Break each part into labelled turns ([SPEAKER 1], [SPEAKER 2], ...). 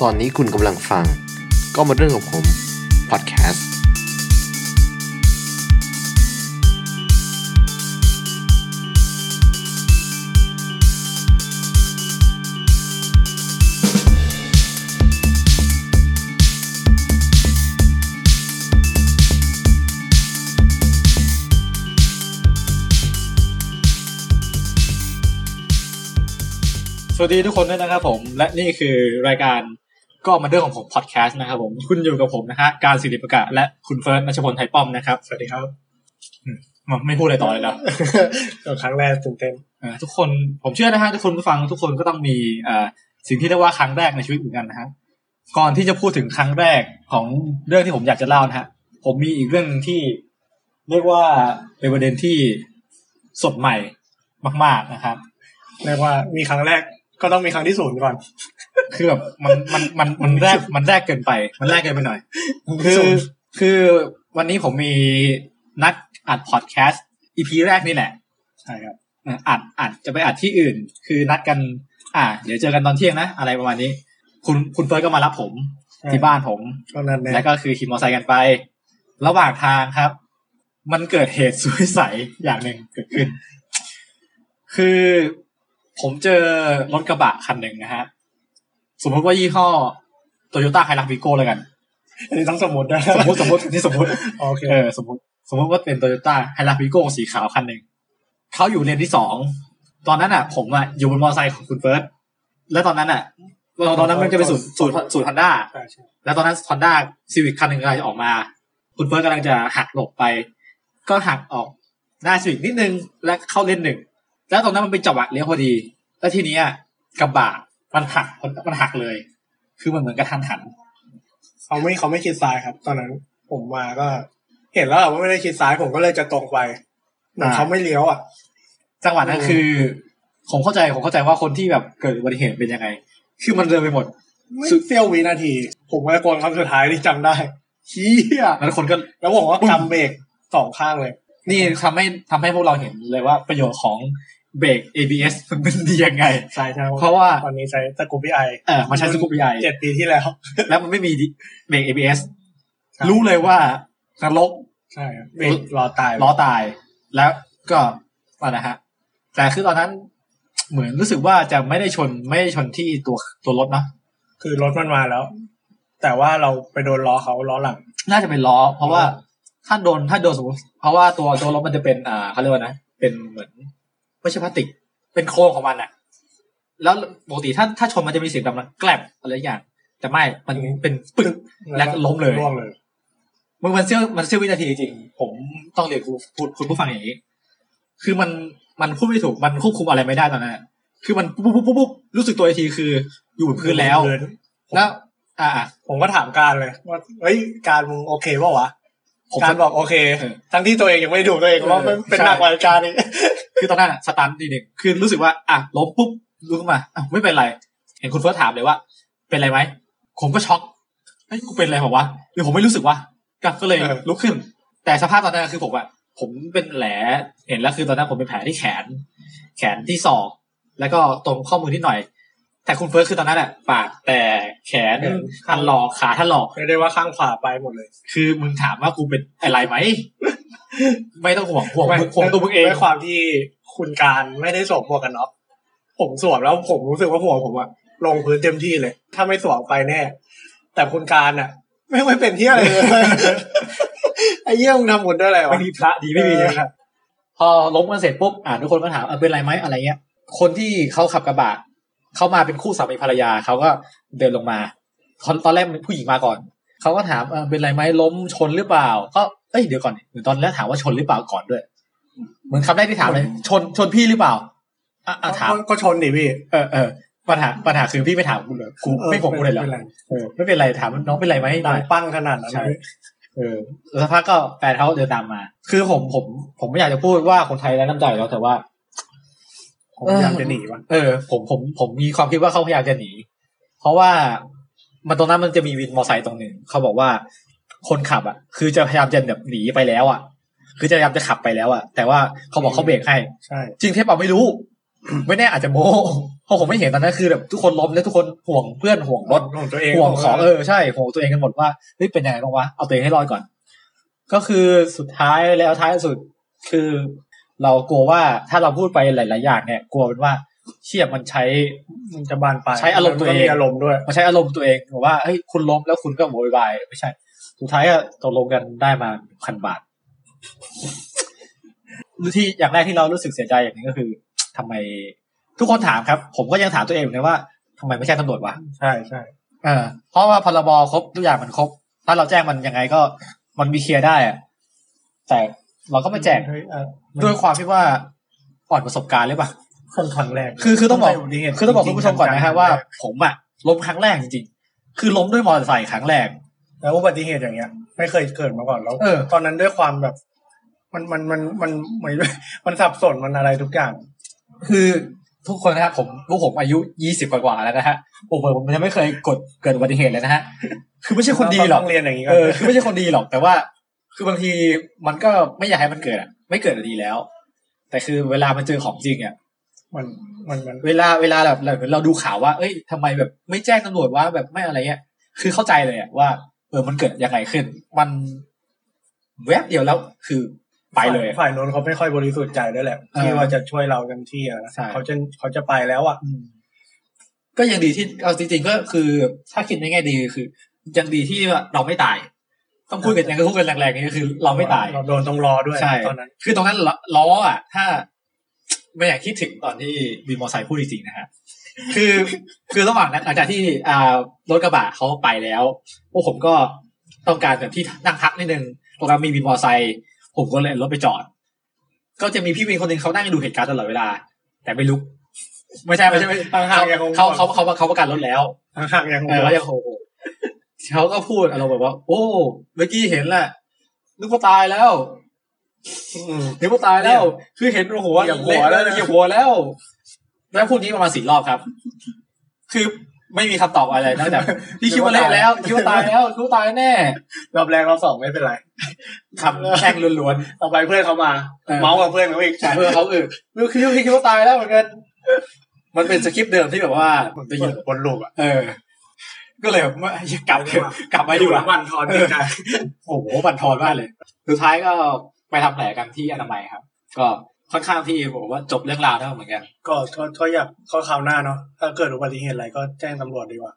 [SPEAKER 1] ตอนนี้คุณกำลังฟัง ก็มาเรื่องของผม พอดแคสต์
[SPEAKER 2] สวัสดีทุกคนด้วยนะครับผม และนี่คือรายการก็มาเรื่องของผมพอดแคสต์นะครับผม คุณอยู่กับผมนะฮะการศิริประกาศและคุณเฟิร์สนัชพลไทยป้อมนะครับ สวัสดีครับไม่พูดอะไรต่อเลยนะ
[SPEAKER 3] เป็นครั้งแรกตื่นเต้น
[SPEAKER 2] เอ่อทุกคนผมเชื่อนะฮะทุกคนผู้ฟังทุกคนก็ต้องมีเอ่อสิ่งที่เรียกว่าครั้งแรกในชีวิตเหมือนกันนะฮะก่อนที่จะพูดถึงครั้งแรกของเรื่องที่ผมอยากจะเล่านะฮะผมมีอีกเรื่องหนึ่งที่เรียกว่าเป็นประเด็นที่สดใหม่มาก ๆนะครับ
[SPEAKER 3] เรียกว่ามีครั้งแรกก็ต้องมีครั้งที่ศูนย์ก่อน
[SPEAKER 2] คือแบบมันมันมันมันแรกมันแรกเกินไป มันแรกเกินไปหน่อย คื
[SPEAKER 3] ศู
[SPEAKER 2] อน
[SPEAKER 3] ย์
[SPEAKER 2] คือวันนี้ผมมีนัดอัดพอดแคสต์อีพีแรกนี่แหละ
[SPEAKER 3] ใช่ครับ
[SPEAKER 2] เอ่ออัดอัดจะไปอัดที่อื่น คือนัดกัน อ่า เดี๋ยวเจอกันตอนเที่ยงนะ อะไรประมาณนี้ คุณคุณเฟิร์สก็มารับผมที่บ้านผม
[SPEAKER 3] ก็นั้นแห
[SPEAKER 2] แล้ว
[SPEAKER 3] ละ
[SPEAKER 2] ก็คือขี่มอเตอร์ไซค์กันไป ระหว่างทางครับ มันเกิดเหตุสุดวิสัยอย่างหนึ่งเกิดขึ้น คือผมเจอรถกระบะคันหนึ่งนะฮะ สมมติว่ายี่ห้อโตโยต้าไฮรักวิโก้แล้วกัน
[SPEAKER 3] อันนี้ต้องสมมตินะ
[SPEAKER 2] สมมติสมมตินี่สมมติ
[SPEAKER 3] โอเค
[SPEAKER 2] เออสมมติสมมติว่าเป็นโตโยต้าไฮรักวิโก้สีขาวคันหนึ่ง เขาอยู่เลนที่สอง ตอนนั้นอ่ะ ผมอ่ะอยู่บนมอเตอร์ไซค์ของคุณเฟิร์ส แล้วตอนนั้นอ่ะเราตอนนั้นมันจะเป็นสูตรสูตรสูตรฮอนด้า
[SPEAKER 3] ใช่ใช่
[SPEAKER 2] แล้วตอนนั้นฮอนด้าซีวิคคันหนึ่งกำลังจะออกมา คุณเฟิร์สกำลังจะหักหลบไป ก็หักออกหน้าซีวิคนิดนึง และเข้าเลนหนึ่ง แล้วตอนนั้นมันเป็นจังหวะเลี้ยวพอดี แล้วทีเนี้ยกระบะมันหักมันหักเลย คือมันเหมือนกระทันหัน
[SPEAKER 3] เขาไม่เขาไม่คิดซ้ายครับ ตอนนั้นผมมาก็ เห็นแล้วแหละว่าไม่ได้คิดซ้ายผมก็เลยจะตรงไปเหมือน
[SPEAKER 2] อ่า
[SPEAKER 3] เขาไม่เลี้ยวอ่ะ
[SPEAKER 2] จังหวะนั้น
[SPEAKER 3] อืม
[SPEAKER 2] คือผมเข้าใจผมเข้าใจว่าคนที่แบบเกิดอุบัติเหตุเป็นยังไง คือมันเดินไปหมด
[SPEAKER 3] ไม่
[SPEAKER 2] สุด
[SPEAKER 3] เสี้ยววินาที ผมก็ตะโกนคำสุดท้ายที่จำได้เฮีย
[SPEAKER 2] แล้วคนก็
[SPEAKER 3] แล้วผมก็กำเบรกสองข้างเลย
[SPEAKER 2] นี่ทำให้ทำให้พวกเราเห็นเลยว่าประโยชน์ของเบรก ABS มันเป็นดียังไง
[SPEAKER 3] ใช่ใช่
[SPEAKER 2] เพราะว่า
[SPEAKER 3] ตอนนี้ใช้ตะกรุบพี่ไอ
[SPEAKER 2] เออมันใช้สกูปใหญ่
[SPEAKER 3] เจ็ดปีที่แล้ว
[SPEAKER 2] แล้วมันไม่มีเบรก ABS
[SPEAKER 3] ครับ
[SPEAKER 2] รู้เลยว่านรก
[SPEAKER 3] ใช่ครับเบรกรอตาย
[SPEAKER 2] ล้อตาย แล้วก็นั่นนะฮะ แต่คือตอนนั้นเหมือนรู้สึกว่าจะไม่ได้ชนไม่ได้ชนที่ตัวตัวรถเนอะ
[SPEAKER 3] คือรถมันมาแล้ว แต่ว่าเราไปโดนล้อเขาล้อหลัง
[SPEAKER 2] น่าจะเป็นล้อ เพราะว่าถ้าโดนถ้าโดนสมมติเพราะว่าตัวตัวรถมันจะเป็นอ่าเขาเรียกว่านะ เป็นเหมือนไม่ใช่พลาสติก เป็นโครงของมันอะแล้วปกติถ้าถ้าชนมันจะมีเสียงดังนะแกลบอะไรอย่าง แต่ไม่มันเป็นปึก แล้วก็ล้มเลย
[SPEAKER 3] ร่วงเลย
[SPEAKER 2] มึงมันเสี้ยวมันเสี้ยววินาทีจริงๆผมต้องเรียนคุณพูดคุณผู้ฟังอย่างนี้ คือมันมันพูดไม่ถูกมันควบคุมอะไรไม่ได้ตอนนั้นอะคือมันปุ๊บปุ๊บปุ๊บปุ๊บรู้สึกตัวอีกทีคืออยู่บนพื้นแล้ว
[SPEAKER 3] พื้น
[SPEAKER 2] แล้วอ่าอ่ะ
[SPEAKER 3] ผมก็ถามการเลยว่าเฮ้ยการมึงโอเคเปล่าวะ
[SPEAKER 2] ผม
[SPEAKER 3] การบอกโอเค
[SPEAKER 2] เออ
[SPEAKER 3] ทั้งที่ตัวเองยังไม่ดูตัวเองว่า
[SPEAKER 2] เออ
[SPEAKER 3] มันเป็น
[SPEAKER 2] ใช่
[SPEAKER 3] หนักกว่าการอีก
[SPEAKER 2] คือตอนนั้นอะสตันทีหนึ่งคือรู้สึกว่าอ่ะล้มปุ๊บลุกขึ้นมาอ่ะไม่เป็นไร เห็นคุณเฟิร์สถามเลยว่า เป็นไรไหมผมก็ช็อกเฮ้ยกูเป็นอะไรเปล่าวะหรือผมไม่รู้สึกวะก็ก็เลยลุกขึ้น แต่สภาพตอนนั้นคือผมอะผมเป็นแผลเห็นแล้วคือตอนนั้นผมเป็นแผลที่แขน แขนที่ศอก แล้วก็ตรงข้อมือนิดหน่อย แต่คุณเฟิร์สคือตอนนั้นอะปากแต่แขนทันหลอกขาทันหลอก
[SPEAKER 3] เรียกได้ว่าข้างขวาไปหมดเลย
[SPEAKER 2] คือมึงถามว่ากูเป็นอะไรไหม ไม่ต้องห่วงห่วงมึงห่วงตัวมึงเอง
[SPEAKER 3] ด้วยความที่คุณการไม่ได้สวมหมวกกันน็อกผมสวมแล้วผมรู้สึกว่าหัวผมอะลงพื้นเต็มที่เลย ถ้าไม่สวมไปแน่ แต่คุณการอะไม่ไม่เป็นที่อะไรเลย ไอ้เยี่ยมงทำบุญด้วยอะไรวะ
[SPEAKER 2] ไม่มีพระดีไม่มี
[SPEAKER 3] เออ
[SPEAKER 2] พอล้มกันเสร็จปุ๊บอ่าทุกคนก็ถามอ่ะเป็นไรไหมอะไรเงี้ย คนที่เขาขับกระบะเขามาเป็นคู่สามีภรรยาเขาก็เดินลงมา ตอนตอนแรกเป็นผู้หญิงมาก่อนเขาก็ถามเออเป็นไรไหมล้มชนหรือเปล่า ก็เอ้ยเดี๋ยวก่อนเหมือนตอนแรกถามว่าชนหรือเปล่าก่อนด้วย เหมือนคำแรกที่ถามเลย ชนชนพี่หรือเปล่าอ่ะอ่ะถาม
[SPEAKER 3] ก็ก็ชนดิพี่
[SPEAKER 2] เออเออปัญหาปัญหาคือพี่ไม่ถามกูเลยกู
[SPEAKER 3] เออ
[SPEAKER 2] ไม่ผมกูเลยเหรอ
[SPEAKER 3] ป็นไร
[SPEAKER 2] เออไม่เป็นไรถามน้องเป็นไรไหม
[SPEAKER 3] ดังปั้งขนาดนั้น
[SPEAKER 2] ใช่ เออแล้วสักพักก็แฟนเขาเดินตามมา คือผมผม ผมไม่อยากจะพูดว่าคนไทยไร้น้ำใจแล้วแต่ว่า
[SPEAKER 3] ผมพยายามจะหนีวะ
[SPEAKER 2] เออ ผมผมผมมีความคิดว่าเขาพยายามจะหนี เพราะว่ามันตรงนั้นมันจะมีวินมอเตอร์ไซค์ตรงหนึ่งเขาบอกว่าคนขับอ่ะ คือจะพยายามจะแบบหนีไปแล้วอ่ะ คือจะพยายามจะขับไปแล้วอ่ะ แต่ว่าเขาบอกเขาเบรกให้
[SPEAKER 3] ใช่
[SPEAKER 2] จริงเท็จเปล่าไม่รู้ ไม่แน่อาจจะโม้เพราะผมไม่เห็นตอนนั้นคือแบบทุกคนล้มแล้วทุกคนห่วงเพื่อนห่วงรถ
[SPEAKER 3] ของตัวเอง
[SPEAKER 2] ห่วงของเออใช่ห่วงตัวเองกันหมดว่าเฮ้ยเป็นยังไงบ้างวะเอาตัวเองให้รอดก่อน ก็คือสุดท้ายแล้วท้ายสุดคือ เรากลัวว่าถ้าเราพูดไปหลาย ๆ อย่างเนี่ยกลัวเป็นว่าเชี่ยมันใช้
[SPEAKER 3] มันจะบานปลาย
[SPEAKER 2] ใช้อารมณ์ตัวเอง
[SPEAKER 3] นก็มีอารมณ์ด้วย
[SPEAKER 2] มันใช้อารมณ์ตัวเองบอกว่าเฮ้ยคุณล้มแล้วคุณก็โวยวายไม่ใช่ สุดท้ายก็ตกลงกันได้มาพันบาทที่อย่างแรกที่เรารู้สึกเสียใจอย่างหนึงก็คือทำไมทุกคนถามครับ ผมก็ยังถามตัวเองอยู่นะว่าทำไมไม่ใช่ตำรวจวะ
[SPEAKER 3] ใช่ใช่
[SPEAKER 2] เออเพราะว่าพรบครบทุกอย่างมันครบ ถ้าเราแจ้งมันยังไงก็มันมีเคลียร์ได้อะแต่เราก็ไม่แจ้ง
[SPEAKER 3] เฮ้ยเออมัน
[SPEAKER 2] ด้วยความที่ว่าอ่อนประสบการณ์หรือเปล่า
[SPEAKER 3] ค่อนข้างแรง
[SPEAKER 2] คือคือต้องบอก
[SPEAKER 3] ตั้แต่บ
[SPEAKER 2] คือต้องบอกคุณผู้ชมก่อนนะฮะว่า
[SPEAKER 3] จริง
[SPEAKER 2] ผมอะล้มครั้งแรกจริงๆ คือล้มด้วยมอเตอร์ไซค์ครั้งแรก
[SPEAKER 3] ๆแล้วอุบัติเหตุอย่างเงี้ย ไม่เคยเกิดมาก่อนแล้ว
[SPEAKER 2] เออ
[SPEAKER 3] ตอนนั้นด้วยความแบบ มันมันมันมันเหมือนมันสับสนมันอะไรทุกอย่าง
[SPEAKER 2] คือทุกคนนะฮะผมลูกผมอายุยี่สิบกว่าๆแล้วนะฮะผมผมยังไม่เคยกดเกิดอุบัติเหตุเลยนะฮะคือไม่ใช่คนดีหรอก
[SPEAKER 3] เาต้งเรียนอย่างนี้ก
[SPEAKER 2] เออคือไม่ใช่คนดีหรอก แต่ว่า คือบางทีมันก็ไม่อยากให้มันเกิดอ่ะ ไม่เกิดอะดีแล้ว แต่คือเวลามันเจอของจริงอ่ะ
[SPEAKER 3] มันมันมัน
[SPEAKER 2] เวลาเวลาแบบเราเราดูข่าวว่า เอ้ยทำไมแบบไม่แจ้งตำรวจว่าแบบไม่อะไรเงี้ย คือเข้าใจเลยอ่ะว่า เออมันเกิดยังไงขึ้น มันแวบเดียวแล้วคือไปเลยอะ
[SPEAKER 3] ฝ่ายโน้นเขาไม่ค่อยบริสุทธิ์ใจด้วยแหละ
[SPEAKER 2] เออ
[SPEAKER 3] ที่ว่าจะช่วยเราเต็มที่อะนะ
[SPEAKER 2] ใช่
[SPEAKER 3] เขาจะเขาจะไปแล้วอ่ะ
[SPEAKER 2] อืมก็ยังดีที่เอาจริงๆก็คือ ถ้าคิดในแง่ดีคือ ยังดีที่ว่าเราไม่ตาย ต้องพูดกันยังไงก็พูดกันแรงๆนี่คือ เราไม่ตาย
[SPEAKER 3] เราโดนต้องรอด้วย
[SPEAKER 2] ใช่
[SPEAKER 3] ตอนนั้น
[SPEAKER 2] คือตรงนั้นล้อล้ออ่ะ ถ้า ไม่อยากคิดถึงตอนที่วินมอไซค์พูดจริงๆนะฮะ คือคือระหว่างนั้นหลังจากที่อ่ารถกระบะเขาไปแล้ว พวกผมก็ต้องการแบบที่นั่งพักนิดนึงตรงนั้นมีวินมอไซค์ผมก็เลยเอารถไปจอด ก็จะมีพี่วินคนหนึ่งเขานั่งดูเหตุการณ์ตลอดเวลา แต่ไม่ลุก ไม่ใช่ไม่ใช่ไม่ใช่
[SPEAKER 3] ห่างๆยังคง
[SPEAKER 2] เขาเขาเขาเขาประกันรถแล้ว
[SPEAKER 3] ห่างๆยังค
[SPEAKER 2] เออแล้วยังโหเขาก็พูดอารมณ์แบบว่า โอ้เมื่อกี้เห็นแหละนึกว่าตายแล้ว
[SPEAKER 3] อืม
[SPEAKER 2] เดี๋ยวก็ตายแล้ว คือเห็นหัว
[SPEAKER 3] เหยียบหัวแล้วนะ
[SPEAKER 2] เหยียบหัวแล้ว แล้วพูดนี้ประมาณสี่รอบครับ คือไม่มีคำตอบอะไร นอกจากพี่คิดว่าเละแล้วคิดว่าตายแล้วคิดว่าตายแน่
[SPEAKER 3] รอบแรกรอบสองไม่เป็นไร
[SPEAKER 2] คำแช่งล้วน
[SPEAKER 3] ต่อไปเพื่อนเขามา
[SPEAKER 2] เออ
[SPEAKER 3] เมาส์กับเพื่อนเขาอีก
[SPEAKER 2] ๆเพื่อเขาอื่นคือพี่คิดว่าตายแล้วเหมือนกันมันเป็นสคริปต์เดิมที่แบบว่า
[SPEAKER 3] มันไปอยู่บนลูกอ่ะ
[SPEAKER 2] เออ ก็เลยแบบไม่ กลับเถอะกลับมาดีกว่า
[SPEAKER 3] วันทอนดีใจ
[SPEAKER 2] โอ้โหบันทอนมากเลย สุดท้ายก็ไปทำแผลกันที่อนามัยครับ ก็ค่อนข้างที่ผมว่าจบเรื่องราวเท่าเหมือนกัน
[SPEAKER 3] ก็ก็ก็อยากก็คราวหน้าเนาะถ้าเกิดอุบัติเหตุอะไรก็แจ้งตำรวจดีกว่า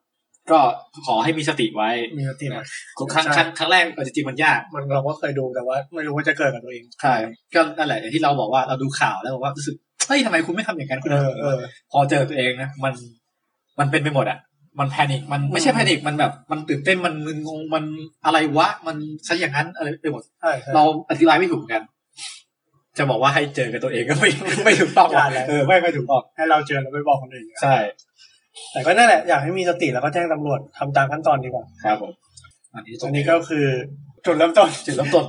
[SPEAKER 2] ก็ขอให้มีสติไว้
[SPEAKER 3] มีสติหน่อย
[SPEAKER 2] ครั้งครั้งครั้งแรกเอาจริงๆมันยาก
[SPEAKER 3] มันเราก็เคยดูแต่ว่า ไม่รู้ว่าจะเกิดกับตัวเอง
[SPEAKER 2] ใช่ก็นั่นแหละอย่างที่เราบอกว่าเราดูข่าวแล้วบอกว่ารู้สึกเฮ้ยทำไมคุณไม่ทำอย่างนั้นคุณ
[SPEAKER 3] เอ
[SPEAKER 2] ทำอ
[SPEAKER 3] อย่าง เอ
[SPEAKER 2] นี้
[SPEAKER 3] อ
[SPEAKER 2] พอเจอตัวเองนะมันมันเป็นไปหมดอ่ะ มันแพนิคมันไม่ใช่
[SPEAKER 3] อืม
[SPEAKER 2] แพนิคมันแบบ มันตื่นเต้นมันมึนงงมันอะไรวะมันซะอย่างนั้นอะไรไปหมด
[SPEAKER 3] ใช่ใช่
[SPEAKER 2] เราอธิบายไม่ถูกเหมือนกัน จะบอกว่าให้เจอกับตัวเองก็ไม่ไม่ถูกต้องหรอก
[SPEAKER 3] ใช่แล้ว
[SPEAKER 2] เออไม่ไม่ถูกต้อง
[SPEAKER 3] ให้เราเจอแล้วไม่บอกคนอื่น
[SPEAKER 2] ใช่
[SPEAKER 3] แต่ก็นั่นแหละอยากให้มีสติแล้วก็แจ้งตำรวจทำตามขั้นตอนดีกว่า
[SPEAKER 2] ครับผมอันนี้ตร
[SPEAKER 3] อั
[SPEAKER 2] ง
[SPEAKER 3] น
[SPEAKER 2] นี้
[SPEAKER 3] นี้ก็คือจุดเริ่มต้น
[SPEAKER 2] จุดเริ่มต้น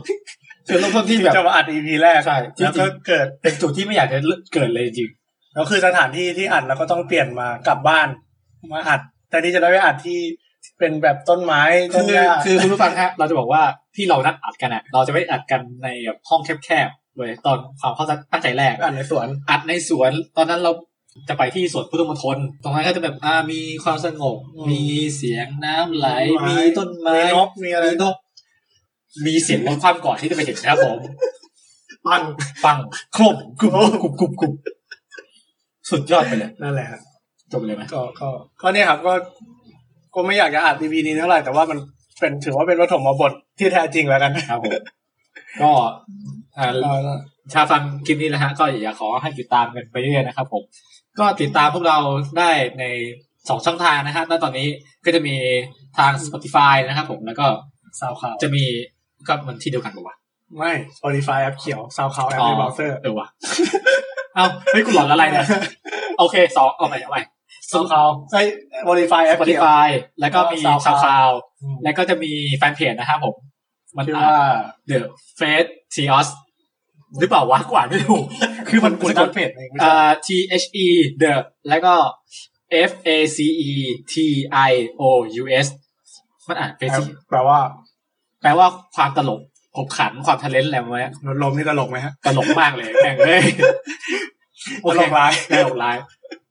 [SPEAKER 2] จุดเริ่มต้นที่
[SPEAKER 3] ที่
[SPEAKER 2] แบบ
[SPEAKER 3] จะมาอัด EP แรก
[SPEAKER 2] ใช่ที่จริ
[SPEAKER 3] แล้วก็
[SPEAKER 2] ง
[SPEAKER 3] เกิด
[SPEAKER 2] เป็นจุดที่ไม่อยากจะเกิดเลยจริง
[SPEAKER 3] แล้วคือสถานที่ที่อัดเราก็ต้องเปลี่ยนมากลับบ้านมาอัด แต่นี่จะได้ไปอัดที่เป็นแบบต้นไม้
[SPEAKER 2] คื
[SPEAKER 3] ต้น
[SPEAKER 2] อ
[SPEAKER 3] หญ้า
[SPEAKER 2] คือคุณผู้ฟังฮะเราจะบอกว่าที่เรานัดอัดกันอ่ะ เราจะไม่อัดกันในแบบห้องแคบๆเลยตอนความเข้าใจตั้งใจแรก
[SPEAKER 3] อ่านในสวน
[SPEAKER 2] อัดในสวน ตอนนั้นเราจะไปที่สวนพุทธมณฑลตรงนั้นก็จะแบบอ่ามีความสงบมีเสียงน้ำไหล มีต้นไม้
[SPEAKER 3] มีนกมีอะไร
[SPEAKER 2] มีนกมีเสียงรถความก่อนที่จะไปถึงนะครับผม
[SPEAKER 3] ปัง
[SPEAKER 2] ปังโครบกรุบกรุบกรุบกรุบสุดยอดไปเลย
[SPEAKER 3] นั่นแหละฮะ
[SPEAKER 2] จบเลยไหม
[SPEAKER 3] ก็ก็ก็เนี่ยครับก็ก็ไม่อยากจะอัดดีวีนี้เท่าไหร่แต่ว่ามันเป็นถือว่าเป็นปฐมบทที่แท้จริงแล้วกัน
[SPEAKER 2] ครับผมก็อ่า ชาวฟังคลิปนี้นะฮะก็อยากขอให้ติดตามกันไปเรื่อยๆนะครับผมก็ติดตามพวกเราได้ในสองช่องทางนะฮะณตอนนี้ก็จะมีทาง Spotify นะครับผมแล้วก็
[SPEAKER 3] ซาวข่าว
[SPEAKER 2] จะมีก็มันที่เดียวกันปะวะ
[SPEAKER 3] ไม่ Spotify แอปเขียวซาวข่าวแอปในเบราว์เซอร์
[SPEAKER 2] เออวะเอ้าเฮ้ยกูหลอนอะไรเนี่ยโอเคสองเอาใหม่เอาใหม่
[SPEAKER 3] ซาวข่าวไอ้ Spotify แอปเขียว
[SPEAKER 2] Spotify แล้วก็มี SoundCloud
[SPEAKER 3] อืม
[SPEAKER 2] แล้วก็จะมีแฟนเพจนะครับผมมัน
[SPEAKER 3] ชื่อ
[SPEAKER 2] อ่า
[SPEAKER 3] ว่า
[SPEAKER 2] The Face Theos หรือเปล่าวะกว่าไม่ ถูกคือมัน
[SPEAKER 3] กู
[SPEAKER 2] กู
[SPEAKER 3] จะ
[SPEAKER 2] จะ
[SPEAKER 3] ก
[SPEAKER 2] ก
[SPEAKER 3] ด
[SPEAKER 2] ด
[SPEAKER 3] เพจเองไม่ใช่
[SPEAKER 2] อ่า T H E the แล้วก็ F A C E T I O U S มันอ่าน
[SPEAKER 3] แอป
[SPEAKER 2] Facey
[SPEAKER 3] แปลว่า
[SPEAKER 2] แปลว่าความตลกขบขันความทะเลนอะไรมาเนี้ย
[SPEAKER 3] ลมนี่ตลกไหมฮะ
[SPEAKER 2] ตลกมากเลยแม่งเลย โอเค
[SPEAKER 3] ตลกร้าย
[SPEAKER 2] ตลก ร้าย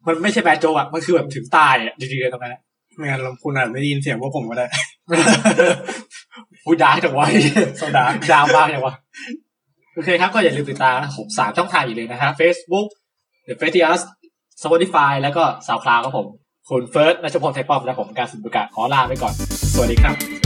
[SPEAKER 2] มันไม่ใช่แบดโจกอะมันคือแบบถึงตายอะจริงๆเลยตรงนั้นอะ
[SPEAKER 3] ไม่งั้นเราคุณอาจไม่ได้ยินเสียงพวกผมก็ได้
[SPEAKER 2] พูดดาร์กจังวะ
[SPEAKER 3] โซดา
[SPEAKER 2] ดาวมากจังวะโอเคครับก็อย่าลืมติดตามนะผมสามช่องทางอีกเลยนะฮะ Facebook The f a t i u s Spotify แล้วก็ SoundCloud ครับผมคุณเฟิร์สนัชพลไทยป้อมและผมการสุนบุกะขอลาไปก่อน สวัสดีครับ